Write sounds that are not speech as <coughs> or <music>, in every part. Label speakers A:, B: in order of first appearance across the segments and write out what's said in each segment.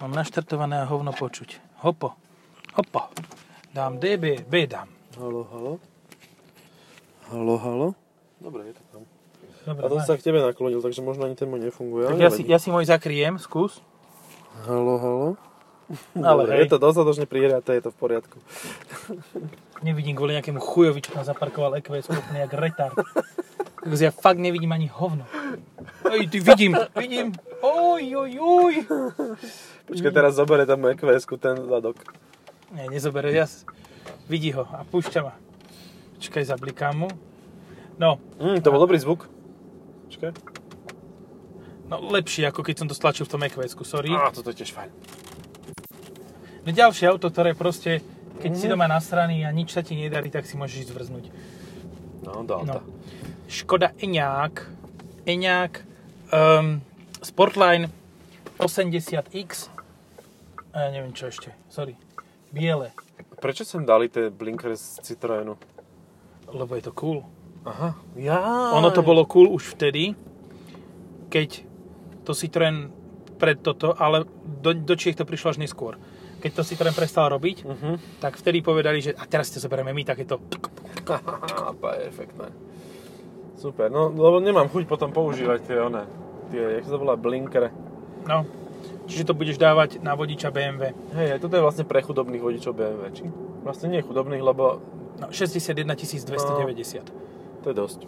A: Mám naštartované a hovno počuť. Hopo. Hopo. Dám D, B, B dám.
B: Halo, halo. Halo, halo. Dobre, je to tam.
A: Dobre,
B: A to
A: máš.
B: sa k tebe naklonil, takže možno ani ten môj nefunguje.
A: tak
B: ale
A: ja si,
B: nevadí.
A: ja si môj zakriem, skús.
B: Halo, halo.
A: Ale
B: Dobre,
A: hej,
B: je to dostatočne prihriaté, je to v poriadku.
A: nevidím kvôli nejakému chujovi, čo tam zaparkoval E EQS úplne jak retard. Takže ja fakt nevidím ani hovno. Ej, ty vidím, vidím. Oj, oj, oj.
B: Počkaj, teraz zobere tam eqs ten zadok.
A: Nie, nezobere, ja s- vidí ho a púšťa ma. Počkaj, zablikám mu. No,
B: Mm, to bol dobrý zvuk. Počkaj.
A: no lepšie, ako keď som to stlačil v tom EQS, sorry.
B: Á, toto je tiež fajn.
A: No ďalšie auto, ktoré proste, keď
B: Mhm.
A: si doma na strany a nič sa ti nedarí, tak si môžeš ísť zvrznúť.
B: No, do
A: No.
B: auta.
A: Škoda Eňák, Eňák, um, Sportline 80X, a ja neviem čo ešte, sorry, biele,
B: Prečo sem dali tie blinkery z Citroenu?
A: lebo je to cool.
B: Aha. Ja.
A: Ono to bolo cool už vtedy, keď to Citroen pred toto, ale do, do Čiech to prišlo až neskôr. Keď to Citroen prestal robiť,
B: Mhm.
A: tak vtedy povedali, že a teraz ste zoberieme my takéto.
B: Aha, perfektné. Super, no lebo nemám chuť potom používať tie one, tie, jak sa to volá, blinkere.
A: No, čiže to budeš dávať na vodiča BMW.
B: Hej, toto je vlastne pre chudobných vodičov BMW, či? Vlastne nie chudobných, lebo
A: No, 61 290.
B: to je dosť.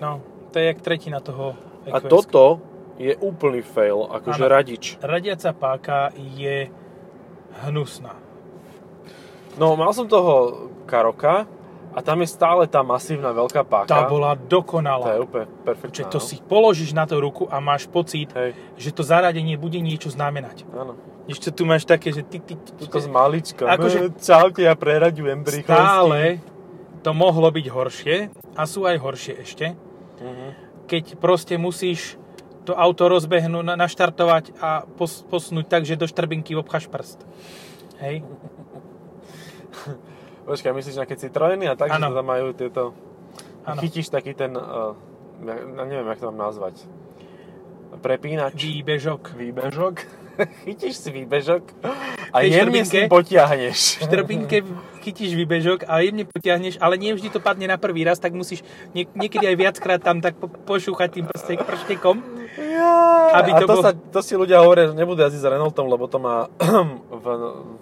A: No, to je jak tretina toho E EQS.
B: A toto je úplný fail, akože
A: Áno.
B: radič.
A: Radiaca páka je hnusná.
B: No, mal som toho Karoka a tam je stále tá masívna veľká páka.
A: Tá bola
B: Tá je
A: dokonalá.
B: úplne perfektná.
A: Čiže to
B: no.
A: si položíš na to ruku a máš pocit,
B: Hej,
A: že to zaradenie bude niečo znamenať.
B: áno.
A: Ešte tu máš také, že ty, ty, ty,
B: Tuto z
A: že
B: malička. <laughs>
A: Akože-
B: Čaute, ja preraďujem pri
A: stále to mohlo byť horšie a sú aj horšie ešte,
B: Mhm.
A: keď proste musíš to auto rozbehnúť, na- naštartovať a pos, posunúť tak, že do štrbinky obcháš prst. Hej?
B: Počkaj, myslíš nejaké citrojeny a tak, že
A: Áno.
B: to tam majú tieto...
A: Áno.
B: Chytíš taký ten, uh, ja neviem, jak to mám nazvať, prepínač,
A: Výbežok.
B: výbežok. <laughs> Chytíš si výbežok a
A: Tej
B: jemne
A: štrbinke?
B: si potiahneš.
A: V štrbinke chytíš výbežok a jemne potiahneš, ale nie vždy to padne na prvý raz, tak musíš niek- niekedy aj viackrát tam tak po- pošúchať tým prstek, prštekom. Aby
B: Aby
A: to
B: to a to,
A: bol-
B: sa, to si ľudia hovoria, že nebude asi s Renaultom, lebo to má <clears throat> v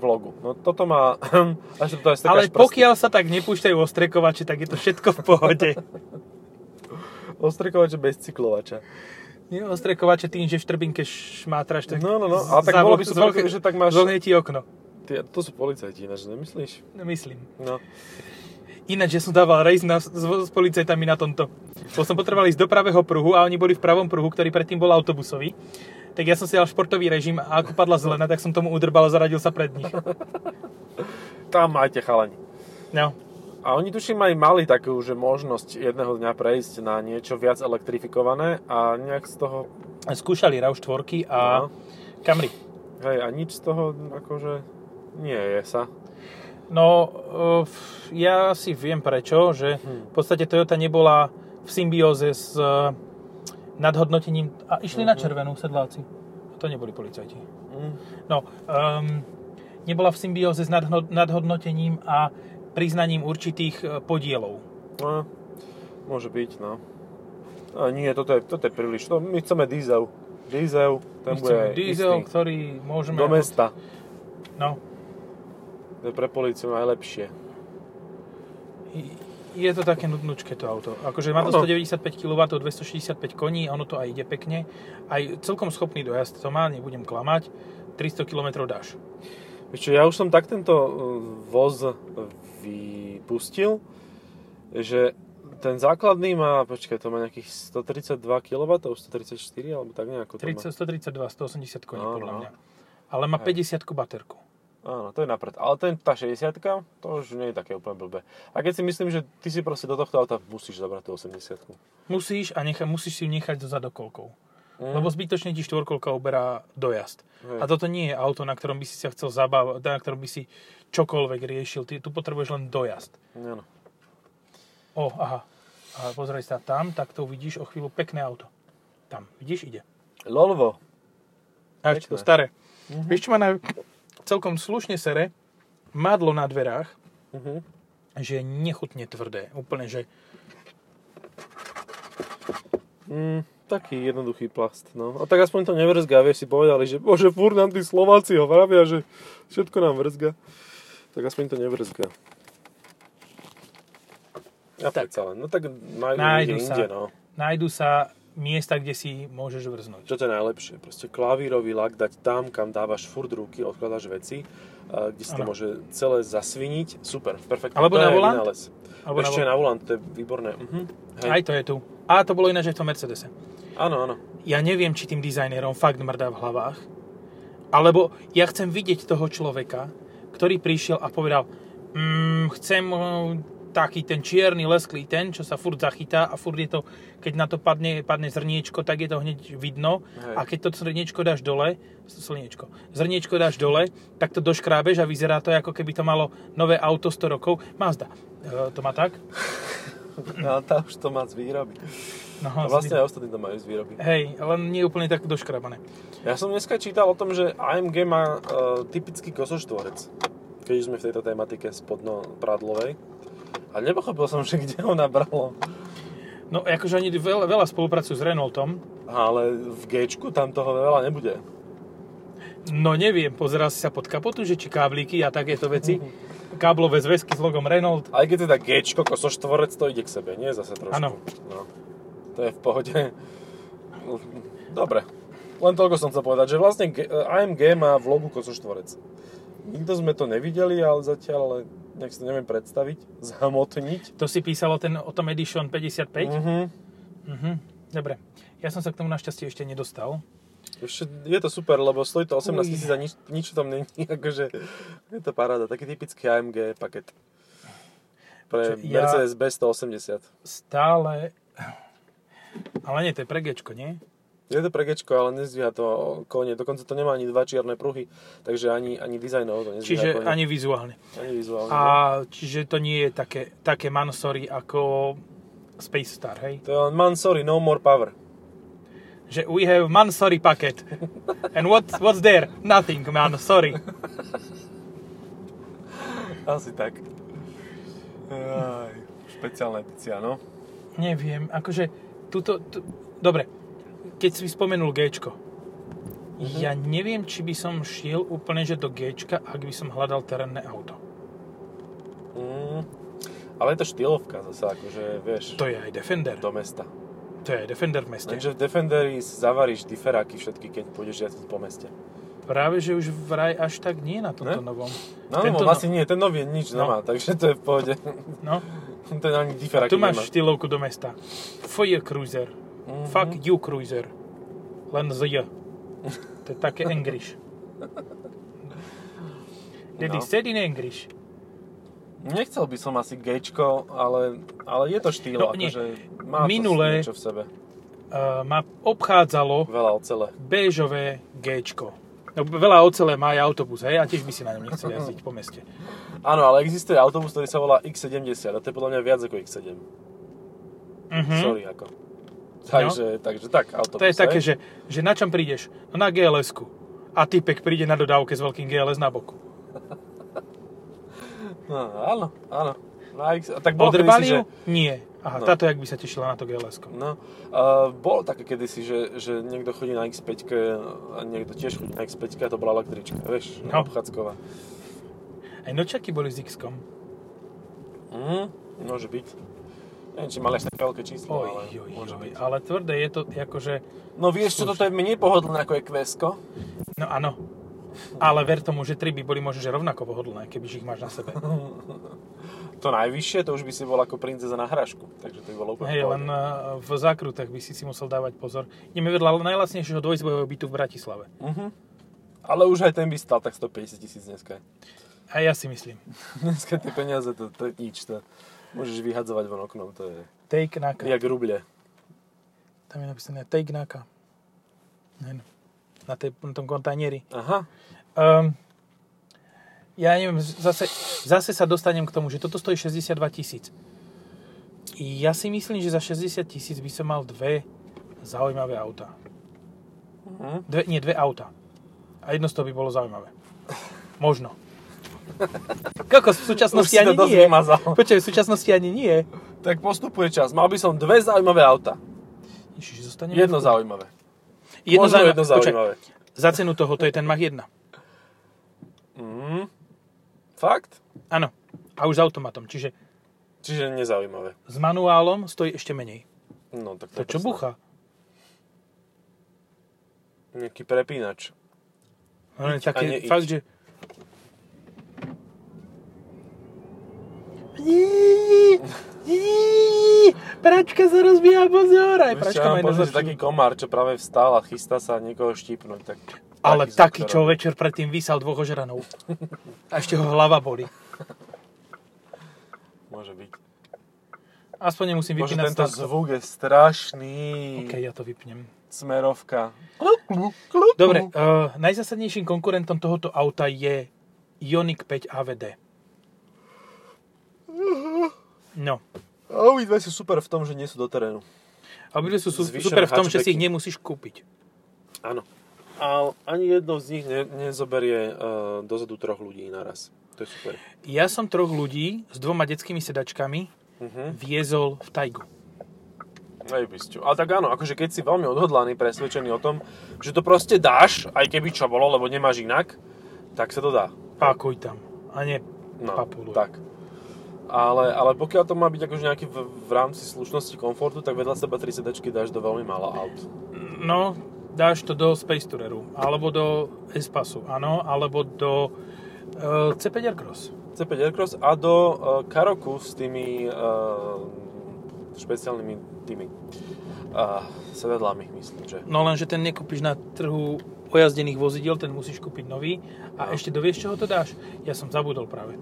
B: vlogu. No toto má, <clears throat> až to aj
A: Ale
B: strkáš
A: pokiaľ sa tak nepúšťajú ostrekovače, tak je to všetko v pohode.
B: prsty. Ostrkovače bez cyklovača.
A: Nie ostrekovače tým, že v štrbinke šmátraš. Tak
B: No, no, no, ale tak
A: zavol-
B: bolo by super,
A: zvlhne-
B: že tak máš-
A: zvlhne ti okno.
B: Ty, to sú policajti, ináč nemyslíš?
A: No, Myslím.
B: No.
A: Ináč, ja som dával rejs na, s, s policajtami na tomto. Bol som potreboval ísť do pravého pruhu a oni boli v pravom pruhu, ktorý predtým bol autobusový. Tak ja som si dal športový režim a ako padla zelená, tak som tomu udrbal a zaradil sa pred nich.
B: Tam majte chalani.
A: No,
B: A oni tuším aj mali takú, že možnosť jedného dňa prejsť na niečo viac elektrifikované a nejak z toho,
A: skúšali RAV4 a
B: No.
A: Camry.
B: hej, a nič z toho akože nie je sa.
A: No, e, f- ja si viem prečo, že v
B: Hm.
A: podstate Toyota nebola v symbióze s e, nadhodnotením... A išli
B: Mhm.
A: na červenú sedláci. To neboli policajti.
B: Mm.
A: No, um, nebola v symbióze s nadhno- nadhodnotením a priznaním určitých e, podielov.
B: No, môže byť, no. A nie, toto je, toto je príliš, to, my chceme diesel. Diesel, ten
A: My
B: bude
A: chceme diesel,
B: istý.
A: ktorý môžeme...
B: Do mesta.
A: No,
B: To je pre políciu najlepšie.
A: I- je to také nudnúčke to auto. Akože má to
B: Áno.
A: 195 kW, 265 koní, ono to aj ide pekne. Aj celkom schopný dojazd to má, nebudem klamať. 300 km dáš.
B: Vieš Čo, ja už som tak tento eh, voz vypustil, že ten základný má, počkaj, to má nejakých 132 kW, 134 alebo tak nejako. To
A: 30, 132, 180 koní
B: Áno.
A: podľa mňa. Ale má 50 baterku.
B: Má. Áno, to je napred. Ale ten, tá 60 to už nie je také úplne blbé. A keď si myslím, že ty si proste do tohto auta musíš zabrať tú 80
A: Musíš, a necha, musíš si ju nechať do zadokolkov. Lebo zbytočne ti štvorkolka uberá dojazd.
B: Hej.
A: A toto nie je auto, na ktorom by si sa chcel zabávať, na ktorom by si čokoľvek riešil. Ty tu potrebuješ len dojazd.
B: Áno.
A: O, aha. A pozraj sa tam, tak to uvidíš o chvíľu pekné auto. Tam, vidíš, ide.
B: Lolvo.
A: A ešte to
B: Pekné.
A: staré. Mm-hmm. Vieš, čo ma na... celkom slušne sere? Madlo na dverách, Mhm.
B: Uh-huh.
A: že je nechutne tvrdé. Úplne, že
B: Mm, taký jednoduchý plast, no. A tak aspoň to nevrzga, vieš, si povedali, že bože, fúr nám tí Slováci ho vravia, že všetko nám vrzga. Tak aspoň to nevrzga. Ja
A: Tak.
B: tak. len. No tak majú
A: Nájdu
B: inde,
A: sa.
B: inde, no.
A: nájdu sa miesta, kde si môžeš vrznúť.
B: Čo to je najlepšie? Proste klavírový lak dať tam, kam dávaš furt ruky, odkladáš veci, a kde si to
A: Áno.
B: môže celé zasviniť. Super, perfektne.
A: Alebo
B: to
A: na
B: je
A: volant?
B: vynález.
A: Alebo
B: Ešte
A: na...
B: na volant, to je výborné. Mhm. Hej.
A: Aj to je tu. A to bolo ináč aj v tom Mercedese.
B: Áno, áno.
A: Ja neviem, či tým dizajnerom fakt mrdá v hlavách, alebo ja chcem vidieť toho človeka, ktorý prišiel a povedal, mm, chcem e, taký ten čierny, lesklý ten, čo sa furt zachytá a furt je to, keď na to padne, padne zrniečko, tak je to hneď vidno
B: Hej.
A: a keď to zrniečko dáš dole, slniečko, zrniečko dáš dole, tak to doškrábeš a vyzerá to, ako keby to malo nové auto 100 rokov. Mazda, e, to má tak?
B: A No, tá už to má z výroby.
A: No,
B: A vlastne aj ostatní to majú z výroby.
A: Hej, len nie úplne tak doškrabané.
B: Ja som dneska čítal o tom, že AMG má uh, typický kosoštvorec, keď už sme v tejto tematike spodno-prádlovej. A nepochopil som, že kde ho nabralo.
A: No akože oni veľa, veľa spolupracujú s Renaultom,
B: Ale v g tam toho veľa nebude.
A: no neviem, pozeral si sa pod kapotu, že či kábliky a takéto veci, káblové zväzky s logom Renault,
B: Aj keď teda g kosoštvorec, to ide k sebe, nie? Zase trošku.
A: Áno.
B: No. To je v pohode. Dobre. Len toľko som chcel povedať, že vlastne G- AMG má v logu kosoštvorec. Nikto sme to nevideli, ale zatiaľ, ale nech si to neviem predstaviť, zhamotniť.
A: to si písalo ten, o tom Edition 55.
B: Mhm.
A: Mhm. Dobre, ja som sa k tomu našťastie ešte nedostal.
B: Ešte je to super, lebo stojí to 18
A: Uj.
B: tisíc a nič, nič tam není. <laughs> Akože, je to paráda. Taký typický AMG paket. Pre
A: Čo, ja-
B: Mercedes B180.
A: Stále... Ale nie, to je pre Gčko, nie?
B: Je to pregečko, ale nezdvíha to kone. Dokonca to nemá ani dva čierne pruhy, takže ani, ani dizajnovo to nezdvíha
A: Čiže
B: kone.
A: ani vizuálne.
B: ani vizuálne.
A: A čiže to nie je také, také mansory ako Space Star, hej?
B: To je len, man, sorry, no more power.
A: Že we have mansory packet. And what, what's there? Nothing, man, sorry.
B: Asi tak. Aj, špeciálna edícia, no.
A: Neviem, akože tuto... Tu, dobre, keď si spomenul Gčko,
B: Mhm.
A: ja neviem, či by som šiel úplne že do Gčka, ak by som hľadal terénne auto.
B: Mm. Ale je to štýlovka zase, akože, vieš,
A: To je aj Defender.
B: do mesta.
A: To je aj Defender v meste.
B: Lenže v Defenderi si zavaríš diferáky všetky, keď pôjdeš jazdiť po meste.
A: Práve, že už vraj až tak nie na tomto novom.
B: No,
A: Tento
B: Tento
A: no-
B: asi nie, ten nový nič
A: No.
B: no. nemá, takže to je v pohode. <laughs>
A: No,
B: ten ani diferáky
A: tu máš
B: nemá.
A: štýlovku do mesta. Foyer Cruiser.
B: Mhm.
A: Fuck you Cruiser. Len z J. To je také
B: <laughs>
A: English. Daddy
B: No.
A: said in English.
B: Nechcel by som asi gečko, ale, ale je to štýl,
A: No, nie.
B: akože má
A: Minulé-
B: to niečo v sebe.
A: Uh, ma obchádzalo
B: Veľa ocele.
A: béžové Gčko. No, veľa ocele má aj autobus, hej, a tiež by si na ňom nechcel jazdiť po meste.
B: Áno, ale existuje autobus, ktorý sa volá X70 a to je podľa mňa viac ako X7.
A: Mhm. No.
B: Sorry, ako. Takže, takže tak, autobus.
A: To je také,
B: hej?
A: že, že na čom prídeš? No na GLS-ku. A typek príde na dodávke s veľkým GLS na boku.
B: No, áno, áno. Na X... a tak bolo
A: Odrbali ju?
B: kedysi, že...
A: Nie. Aha,
B: No.
A: táto, jak by sa tešila na to gls -ko.
B: No, uh, bolo také kedysi, že, že niekto chodí na X5 a niekto tiež chodí na X5 a to bola električka, vieš,
A: No.
B: no. obchádzková.
A: Aj nočaky boli s X-kom.
B: Mm, môže byť. Neviem, či mali až také veľké číslo,
A: Oj,
B: ale
A: oj,
B: môže
A: oj,
B: byť.
A: ale tvrdé je to, akože...
B: No vieš, čo toto je menej pohodlné ako je kvesko?
A: No áno. Ale ver tomu, že tri by boli možno že rovnako pohodlné, kebyže ich máš na
B: <laughs>
A: sebe.
B: To najvyššie, to už by si bol ako princeza na hrašku. Takže to by bolo úplne
A: Hej,
B: v pohode.
A: len eh, v zákrutách by si si musel dávať pozor. Ideme vedľa najlacnejšieho dvojizbového bytu v Bratislave.
B: Mhm. Ale už aj ten by stal tak 150 tisíc dneska. <laughs>
A: A ja si myslím.
B: Dneska tie peniaze, to, to je nič. To môžeš vyhadzovať von oknom, to je
A: Take Naka.
B: jak ruble.
A: Tam je napísané Take Naka. Hen. Na, tej, na tom kontajneri.
B: Aha,
A: Um, ja neviem, zase, zase sa dostanem k tomu, že toto stojí 62 tisíc. Ja si myslím, že za 60 tisíc by som mal dve zaujímavé auta.
B: Mhm.
A: Dve, nie, dve auta. A jedno z toho by bolo zaujímavé. Možno. Kokos, v
B: Už
A: súčasnosti
B: si to
A: ani
B: dosť
A: nie.
B: vymazal.
A: Počkaj, v súčasnosti ani nie.
B: Tak postupuje čas. Mal by som dve zaujímavé auta.
A: Ježiš, zostaneme
B: Jedno
A: v-
B: zaujímavé.
A: jedno
B: Možno
A: zaujímavé.
B: jedno
A: Počkaj,
B: zaujímavé.
A: za cenu toho, to je ten Mach 1.
B: Mm. Fakt?
A: Áno. A už s automatom, čiže
B: Čiže nezaujímavé.
A: s manuálom stojí ešte menej.
B: No, tak
A: To
B: je
A: čo
B: presne.
A: bucha?
B: Nejaký prepínač.
A: No,
B: Iď a
A: také,
B: neiď.
A: fakt, že... Pračka sa rozbíja, pozor! Aj
B: Vieš čo,
A: pračka má jedno z
B: pozri, že
A: lepších-
B: taký komár, čo práve vstal a chystá sa niekoho štípnuť. Tak,
A: Ale
B: zvuk
A: taký,
B: to
A: čo
B: robí.
A: večer predtým vysal dvoch ožranov. A ešte ho hlava boli.
B: Môže byť.
A: Aspoň nemusím
B: Bože,
A: vypínať
B: tento
A: stánko.
B: zvuk je strašný.
A: OK, ja to vypnem.
B: Smerovka.
A: Dobre, uh, najzásadnejším konkurentom tohoto auta je Ioniq 5 AVD. No.
B: A obidve sú super v tom, že nie sú do terénu.
A: A obidve sú su-
B: Zvýšené
A: super v tom, že si
B: hatchbacky.
A: ich nemusíš kúpiť.
B: Áno. A ani jedno z nich ne, nezoberie uh, dozadu troch ľudí naraz. To je super.
A: Ja som troch ľudí s dvoma detskými sedačkami
B: Mhm. viezol
A: viezol v tajgu.
B: Najbysťu. A tak áno, akože keď si veľmi odhodlaný, presvedčený o tom, že to proste dáš, aj keby čo bolo, lebo nemáš inak, tak sa to dá.
A: Pákuj tam. A nie
B: No,
A: papuluj.
B: tak. Ale, ale pokiaľ to má byť akože nejaký v, v rámci slušnosti, komfortu, tak vedľa seba 3 sedačky dáš do veľmi mála aut.
A: No, dáš to do Space Toureru, alebo do Espasu, áno, alebo do uh, C5 Aircross.
B: C5 Aircross a do uh, Karoku s tými uh, špeciálnymi tými uh, sedadlami, myslím, že.
A: No lenže ten nekúpiš na trhu ojazdených vozidiel, ten musíš kúpiť nový.
B: No.
A: A ešte dovieš, čoho to dáš? Ja som zabudol práve.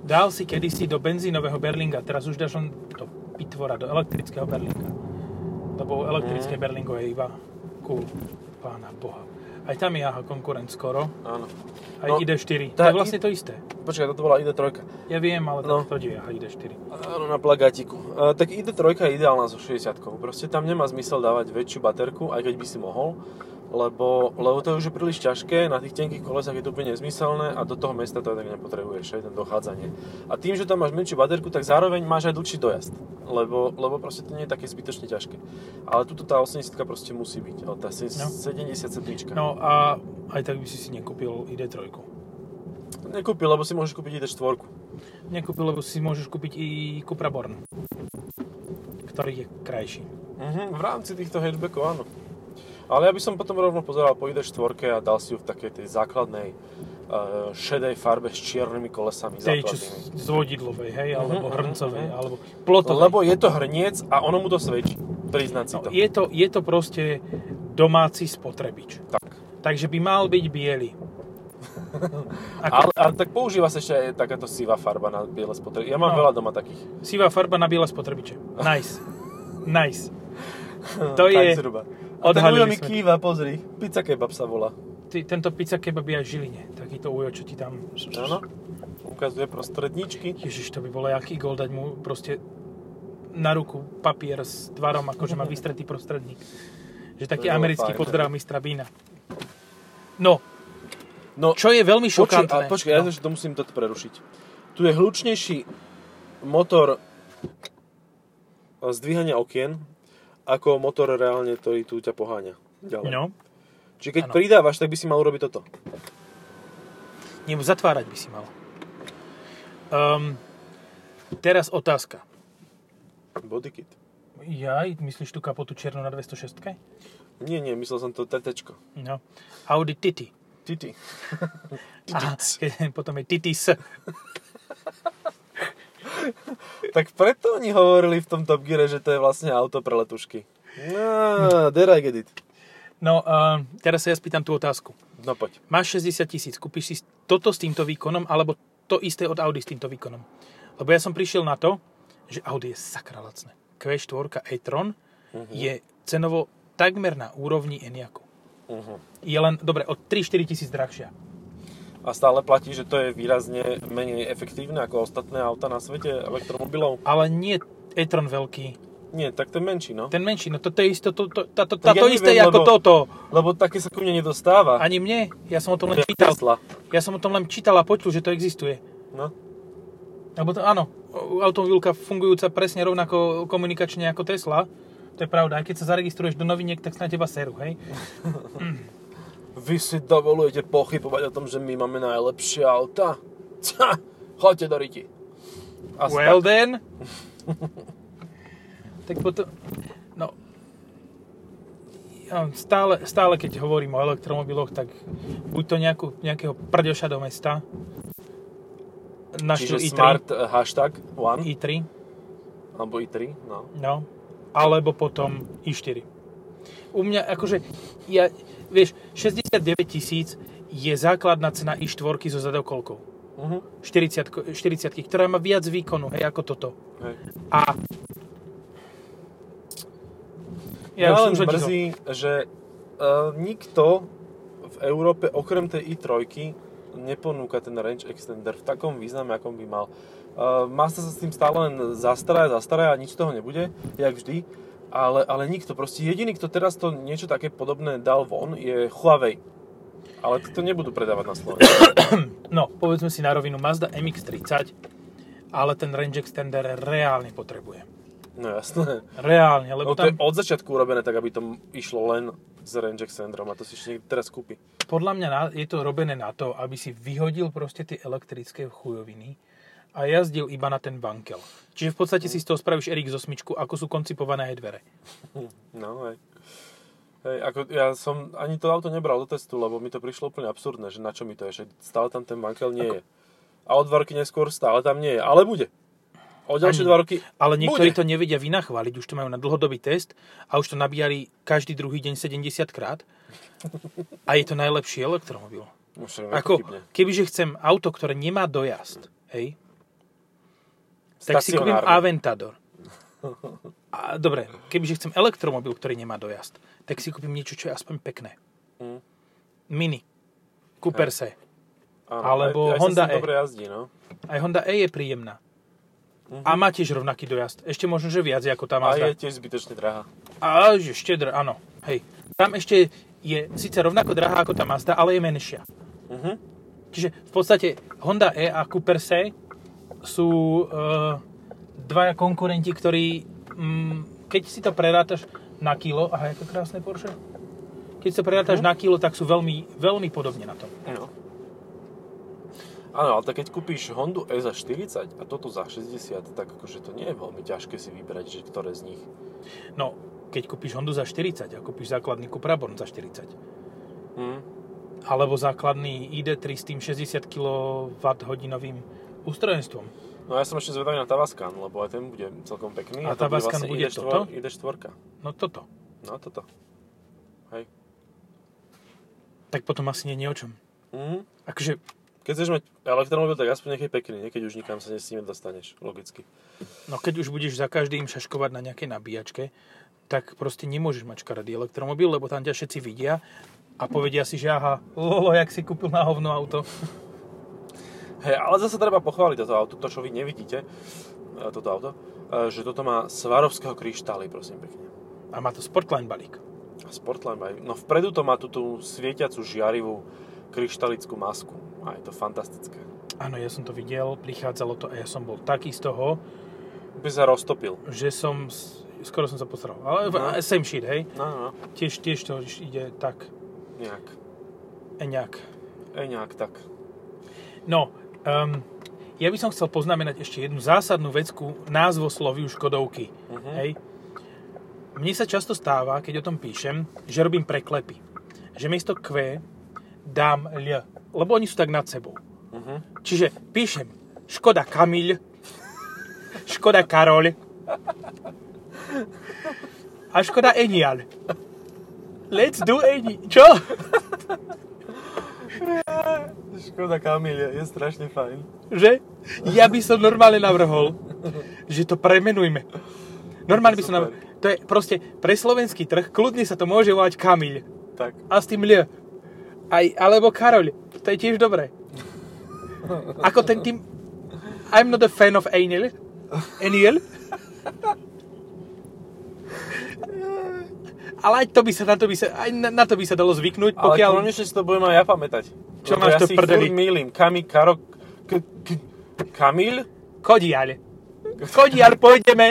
A: Dal si kedysi do benzínového Berlinga, teraz už dáš len do pitvora, do elektrického Berlinga. Lebo elektrické
B: Mm.
A: Berlingo je iba cool. Pána Boha. Aj tam je aha konkurent skoro.
B: Áno.
A: Aj
B: No,
A: ID4. To je
B: tá
A: vlastne to isté.
B: Počkaj, toto bola ID3.
A: Ja viem, ale
B: No.
A: no. to je aha ID4.
B: Áno, na plagátiku. E, tak ID3 je ideálna so 60 Proste tam nemá zmysel dávať väčšiu baterku, aj keď by si mohol, lebo, lebo to už je príliš ťažké, na tých tenkých kolesách je to úplne nezmyselné a do toho mesta to aj tak nepotrebuješ, aj ten dochádzanie. A tým, že tam máš menšiu baterku, tak zároveň máš aj dlhší dojazd, lebo, lebo proste to nie je také zbytočne ťažké. Ale tuto tá 80 proste musí byť, ale tá
A: No.
B: 77
A: No a aj tak by si si nekúpil ID3.
B: Nekúpil, lebo si môžeš kúpiť ID4.
A: Nekúpil, lebo si môžeš kúpiť i Cupra Born, ktorý je krajší.
B: Mhm, v rámci týchto hatchbackov, áno. Ale ja by som potom rovno pozeral po ID4 a dal si ju v takej tej základnej uh, šedej farbe s čiernymi kolesami
A: Tej, čo
B: zatlačenými.
A: z vodidlovej, hej, alebo
B: mhm,
A: hrncovej,
B: mhm.
A: alebo plotovej.
B: Lebo je to hrniec a ono mu to svedčí. Priznať si
A: no,
B: to.
A: je, to, je to proste domáci spotrebič.
B: Tak.
A: Takže by mal byť
B: <laughs>
A: biely. Ako,
B: Ale, ale tak používa sa ešte aj takáto sivá farba na biele spotreby. Ja mám
A: No.
B: veľa doma takých.
A: Sivá farba na biele spotrebiče. Nice.
B: <laughs>
A: nice. To
B: tak
A: je-
B: zhruba. A ten
A: odhalili
B: Ujo mi
A: sme to.
B: kýva, pozri. Pizza kebab sa volá.
A: Ty, tento pizza kebab je aj v Žiline. Takýto ujo, čo ti tam...
B: Áno. Ukazuje prostredničky.
A: Ježiš, to by bolo jaký gol dať mu proste na ruku papier s tvarom, akože má vystretý prostredník. Že taký
B: To je
A: americký
B: fajn.
A: poddrav mistra Bína. No,
B: No,
A: čo je veľmi
B: Počkaj,
A: šokantné.
B: a počkaj, ja
A: no.
B: to musím toto prerušiť. Tu je hlučnejší motor e, zdvíhania okien, ako motor reálne, ktorý tu ťa poháňa. Ďalej.
A: no,
B: Čiže keď
A: áno.
B: pridávaš, tak by si mal urobiť toto.
A: nie, zatvárať by si mal. Um, teraz otázka.
B: Bodykit.
A: Jaj, myslíš tú kapotu čiernu na 206?
B: Nie, nie, myslel som to tetečko.
A: No. Audi Titi.
B: Titi.
A: Aha, <laughs> keď- potom je Titis.
B: <laughs> Tak preto oni hovorili v tom Top Geare, že to je vlastne auto pre letušky. No, there I get it.
A: No, um, teraz sa ja spýtam tú otázku.
B: No poď.
A: máš 60 tisíc, kúpiš si toto s týmto výkonom, alebo to isté od Audi s týmto výkonom. Lebo ja som prišiel na to, že Audi je sakra lacné. Q4 e-tron
B: Mhm.
A: je cenovo takmer na úrovni Enyaqu.
B: Uh-huh.
A: Je len, dobre, o 3-4 tisíc drahšia.
B: A stále platí, že to je výrazne menej efektívne ako ostatné auta na svete elektromobilov.
A: Ale nie e-tron veľký,
B: Nie, tak ten menší, no.
A: Ten menší, no toto je isto, to, to, táto,
B: Tak ja
A: táto
B: neviem,
A: isté je ako
B: lebo-
A: toto.
B: Lebo také sa ku mne nedostáva.
A: Ani mne, ja som o tom len
B: Ja
A: čítal.
B: Tesla.
A: Ja som o tom len čítal a počul, že to existuje.
B: No.
A: Lebo to, áno, o- automobilka fungujúca presne rovnako komunikačne ako Tesla, to je pravda, aj keď sa zaregistruješ do noviniek, tak sa na teba seru, hej?
B: Vy si dovolujete pochybovať o tom, že my máme najlepšie auta? Ťa, choďte do riti. Asi
A: well
B: tak.
A: then. tak potom, no, ja stále, stále keď hovorím o elektromobiloch, tak buď to nejakú, nejakého prďoša do mesta, našli
B: Čiže
A: i3,
B: smart eh, hashtag one,
A: i3,
B: alebo i3, no.
A: no, alebo potom i4. U mňa, akože, ja, vieš, 69 tisíc je základná cena i4 so zadokolkou.
B: Mhm.
A: 40, 40 ktorá má viac výkonu, hej, ako toto.
B: Hej.
A: A... Ja
B: Mňa
A: už som
B: len
A: No, mrzí...
B: mrzí, že uh, nikto v Európe okrem tej i3 neponúka ten range extender v takom význame, akom by mal. Uh, Mazda sa s tým stále len zastaraja, zastaraja a nič z toho nebude, jak vždy. Ale, ale nikto, proste jediný, kto teraz to niečo také podobné dal von, je Huawei. Ale to nebudú predávať na Slovensku.
A: <coughs> No, povedzme si na rovinu, Mazda MX-30, ale ten range extender reálne potrebuje.
B: No jasné.
A: Reálne, lebo
B: No to
A: tam
B: je od začiatku urobené tak, aby to išlo len s range extenderom a to si ešte niekto teraz kúpi.
A: podľa mňa na- je to robené na to, aby si vyhodil proste tie elektrické chujoviny a jazdil iba na ten bankel. Čiže v podstate si z toho spravíš RX 8, ako sú koncipované aj dvere.
B: No hej. Hej, ako ja som ani to auto nebral do testu, lebo mi to prišlo úplne absurdné, že na čo mi to je, že stále tam ten bankel nie je. A o dva roky neskôr stále tam nie je, ale bude. O ďalšie
A: Ani.
B: dva roky
A: Ale niektorí
B: bude.
A: to nevedia vynachváliť, už to majú na dlhodobý test a už to nabíjali každý druhý deň 70 krát. A je to najlepší elektromobil. Ako, kebyže chcem auto, ktoré nemá dojazd, hej, tak si kúpim Aventador. A, dobre, kebyže chcem elektromobil, ktorý nemá dojazd, tak si kúpim niečo, čo je aspoň pekné.
B: Mm.
A: Mini. Cooper se. alebo Honda E.
B: dobre jazdí, no.
A: Aj Honda E je príjemná. A má tiež rovnaký dojazd. Ešte možno, že viac ako tá
B: Mhm. A
A: Mazda.
B: je tiež zbytočne drahá.
A: A že štedr, áno. Hej. Tam ešte je síce rovnako drahá ako tá Mazda, ale je menšia.
B: Mhm.
A: Čiže v podstate Honda E a Cooper Se sú e, dvaja konkurenti, ktorí, mm, keď si to prerátaš na kilo, aha, je to krásne Porsche, keď si to prerátaš na kilo, tak sú veľmi, veľmi podobne na tom.
B: No. Áno, ale tak keď kúpíš Hondu E za 40 a toto za 60, tak akože to nie je veľmi ťažké si vybrať, že ktoré z nich.
A: No, keď kúpiš Hondu za 40 a kúpiš základný Cupra Born za 40, Mhm.
B: Mm.
A: alebo základný ID3 s tým 60 kWh hodinovým ústrojenstvom,
B: No ja som ešte zvedavý na Tavaskan, lebo aj ten bude celkom pekný.
A: A
B: to
A: Tavascan bude
B: ide
A: toto?
B: Ide štvorka.
A: no toto,
B: No toto. Hej.
A: tak potom asi nie je o čom.
B: Mhm.
A: Akože,
B: Keď chceš mať elektromobil, tak aspoň nech je pekný, nie? keď už nikam sa s ním dostaneš, logicky.
A: no keď už budeš za každým šaškovať na nejakej nabíjačke, tak proste nemôžeš mať škaredý elektromobil, lebo tam ťa všetci vidia a povedia si, že aha, lolo, jak si kúpil na hovno auto.
B: Hej, ale zase treba pochváliť toto auto, to čo vy nevidíte, e, toto auto, e, že toto má svarovského kryštály, prosím pekne.
A: A má to Sportline balík.
B: A Sportline aj. No vpredu to má tú, tú svietiacu žiarivú kryštalickú masku. A je to fantastické.
A: Áno, ja som to videl, prichádzalo to a ja som bol taký z toho,
B: By sa roztopil.
A: že som, s- skoro som sa posral. Ale
B: No.
A: no. same shit, hej.
B: No, no, no.
A: Tiež, tiež to už ide tak,
B: Nejak.
A: e nejak.
B: E, nejak tak.
A: No, um, ja by som chcel poznamenať ešte jednu zásadnú vecku, názvo sloviu Škodovky.
B: Mhm.
A: Hej. Mne sa často stáva, keď o tom píšem, že robím preklepy. Že miesto Q dám L, lebo oni sú tak nad sebou.
B: Mhm.
A: Čiže píšem Škoda Kamil, Škoda Karol a Škoda Enial. Let's do Eni... Čo?
B: Škoda Kamil, je strašne fajn.
A: Že? Ja by som normálne navrhol, že to premenujme. Normálne by som
B: Super.
A: navrhol. To je proste pre slovenský trh, kľudne sa to môže volať Kamil.
B: Tak.
A: a s tým L. Aj, alebo Karol. To je tiež dobré. Ako ten tým... I'm not a fan of Aniel. Aniel. Ale aj to by sa, na to by sa, aj na, na to by sa dalo zvyknúť,
B: Ale
A: pokiaľ...
B: konečne si to budem aj ja pamätať.
A: Čo
B: Lebo
A: máš
B: ja
A: to v
B: si
A: prdeli?
B: furt mýlim. Kami, Karo... K, k, Kamil?
A: Kodiaľ. Kodiaľ, pôjdeme.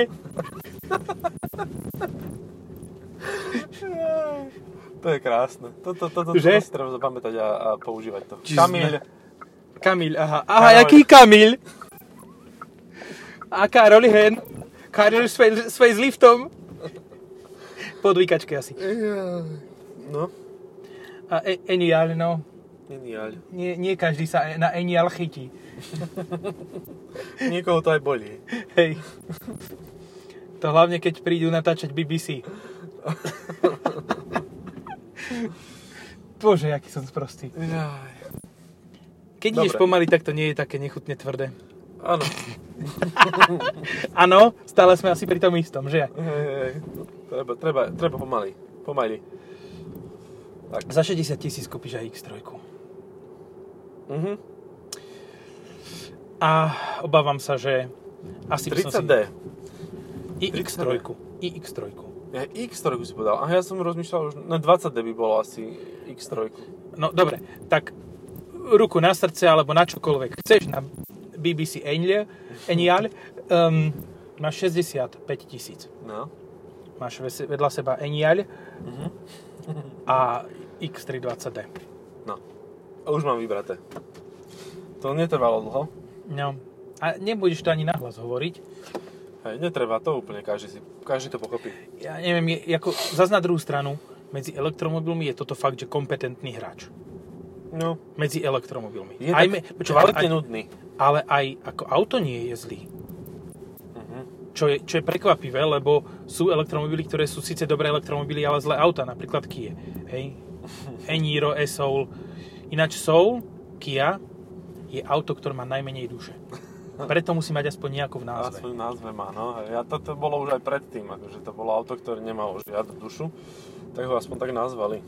B: To je krásne. Toto, toto, toto,
A: Že?
B: si treba zapamätať a, a používať to.
A: Čiže
B: Kamil.
A: Kamil, aha. Aha,
B: Karol.
A: jaký Kamil? A Karol Hen. Karol svej, svej s liftom. Podvíkačky asi.
B: No,
A: A e- Enial, no.
B: geniál.
A: Nie, nie každý sa e- na Enial chytí.
B: Niekoho to aj bolí.
A: Hej. To hlavne, keď prídu natáčať BBC. Bože, aký som sprostý.
B: Jaj.
A: Keď ideš
B: Dobre.
A: pomaly, tak to nie je také nechutne tvrdé.
B: Áno.
A: Áno, stále sme asi pri tom istom, že?
B: Hej, hej. Treba, treba, treba pomaly. Pomaly.
A: Za 60 tisíc kúpiš aj X3.
B: Mhm.
A: A obávam sa, že asi by som si...
B: 30D.
A: I X3.
B: 30D.
A: I X3.
B: Ja X3 si povedal. A ja som rozmýšľal, že na 20D by bolo asi X3.
A: No dobre, tak ruku na srdce alebo na čokoľvek. Chceš na BBC Enial, Enial um, máš 65 tisíc.
B: No.
A: Máš vese- vedľa seba Enial a X320D.
B: No. A už mám vybraté. To netrvalo dlho.
A: No. A nebudeš to ani nahlas hovoriť.
B: Hej, netreba, to úplne každý, si, každý to pochopí.
A: Ja neviem, je, ako, zas na druhú stranu, medzi elektromobilmi je toto fakt, že kompetentný hráč.
B: No,
A: Medzi elektromobilmi.
B: je aj
A: me-
B: tak
A: počúvaj, ale,
B: kvalitne
A: aj,
B: nudný.
A: ale aj ako auto nie je zlý. Čo je, čo je prekvapivé, lebo sú elektromobily, ktoré sú síce dobré elektromobily, ale zlé auta, napríklad Kia. Hej? Eniro, e-Soul. Ináč Soul, Kia, je auto, ktoré má najmenej duše. Preto musí mať aspoň nejakú v
B: A
A: názve.
B: svoj názve má, no. Hej. A toto bolo už aj predtým, akože to bolo auto, ktoré nemalo žiadnu dušu, tak ho aspoň tak nazvali.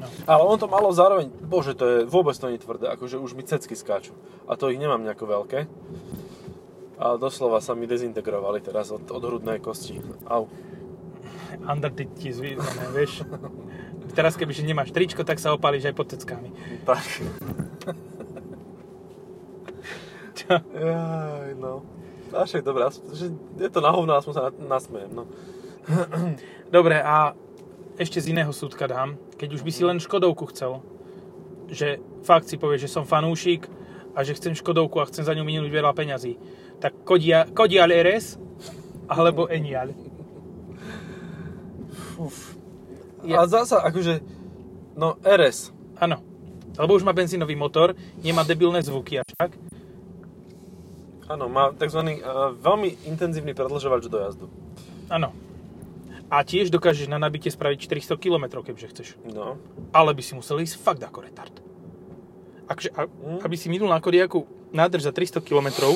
A: No.
B: Ale on to malo zároveň, bože, to je, vôbec to nie je tvrdé, akože už mi cecky skáču. A to ich nemám nejako veľké. Ale doslova sa mi dezintegrovali teraz od, od hrudnej kosti. Au.
A: Undertit ti zvýzvané, vieš. Teraz, kebyže nemáš tričko, tak sa opálíš aj pod teckami.
B: <laughs> Tak.
A: Čo?
B: Jaj, no. A však dobré, aspoň- že je to na hovno, aspoň sa na- nasmejem, no.
A: Dobre, a ešte z iného súdka dám, keď už by si len Škodovku chcel, že fakt si povieš, že som fanúšik a že chcem Škodovku a chcem za ňu minúť veľa peňazí, tak Kodia, Kodial RS alebo Enial.
B: Uf.
A: Ja-
B: A zasa, akože, no RS,
A: Áno, lebo už má benzínový motor, nemá debilné zvuky a však.
B: áno, má tzv. Uh, veľmi intenzívny predlžovač dojazdu.
A: Áno. A tiež dokážeš na nabitie spraviť 400 km, keďže chceš.
B: No,
A: Ale by si musel ísť fakt ako retard. Akže, a,
B: Mm.
A: aby si minul na Kodiaku nádrž za 300 km,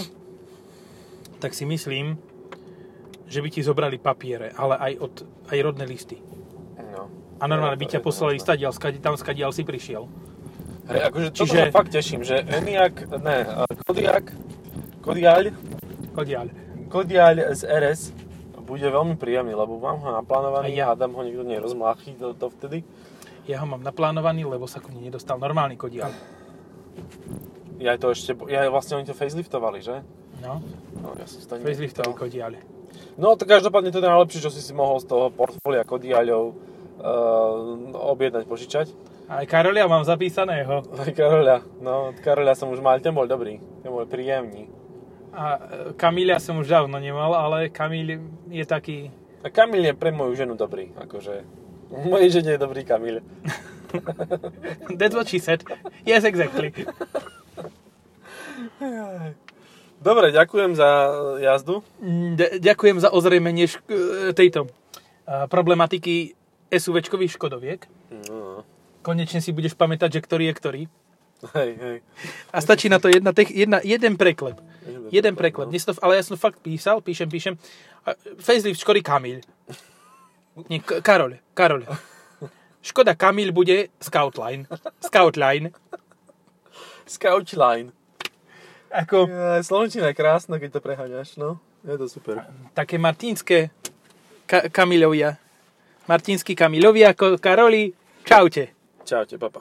A: tak si myslím, že by ti zobrali papiere, ale aj, od, aj rodné listy.
B: no.
A: A normálne by
B: Je to-
A: ťa
B: je to
A: poslali
B: možné.
A: stadial, skadi, tam skadial si prišiel.
B: No, Hej, akože Čiže...
A: Čiže-
B: sa fakt teším, že Eniak, ne, eh, Kodiak, Kodiaľ,
A: Kodiaľ.
B: Kodiaľ z RS bude veľmi príjemný, lebo mám ho
A: A
B: naplánovaný,
A: ja.
B: ja. hádam ho nikto nerozmláchi do, do vtedy.
A: Ja ho mám naplánovaný, lebo sa ku mne nedostal normálny kodiaľ.
B: Ja to ešte, bo- ja vlastne oni to faceliftovali, že?
A: No,
B: No, ja som si to ani
A: faceliftový
B: nepýtal.
A: kodiaľ.
B: No, to každopádne to je najlepšie, čo si si mohol z toho portfólia Kodiaľov uh, objednať, požičať.
A: Aj Karolia mám zapísaného.
B: Aj Karoľa, no, od Karoľa som už mal, ten bol dobrý, ten bol príjemný.
A: A e, Kamília som už dávno nemal, ale Kamíl je taký... <laughs>
B: A Kamil je pre moju ženu dobrý, akože. Mojej žene je dobrý Kamil.
A: That's what she said. Yes, exactly.
B: Dobre, ďakujem za jazdu.
A: Mm, d- Ďakujem za ozrejmenie šk- e, tejto e, problematiky SUVčkových škodoviek.
B: No,
A: Konečne si budeš pamätať, že ktorý je ktorý.
B: hej, hej.
A: A stačí na to jedna, tech, jedna, jeden preklep.
B: Jeden
A: Jeden preklep.
B: preklep,
A: Dnes to, ale ja som fakt písal, píšem, píšem. A Facelift Škody Kamil. Nie, K- Karol, Karol. Škoda Kamil bude Scoutline. Scoutline.
B: Scoutline.
A: Ako
B: Ja, Slovenčina je krásna, keď to preháňaš, no. Je to super.
A: také martínske ka- Kamilovia. Martinsky Kamilovi ako Karoli. Čaute.
B: Čaute, papa.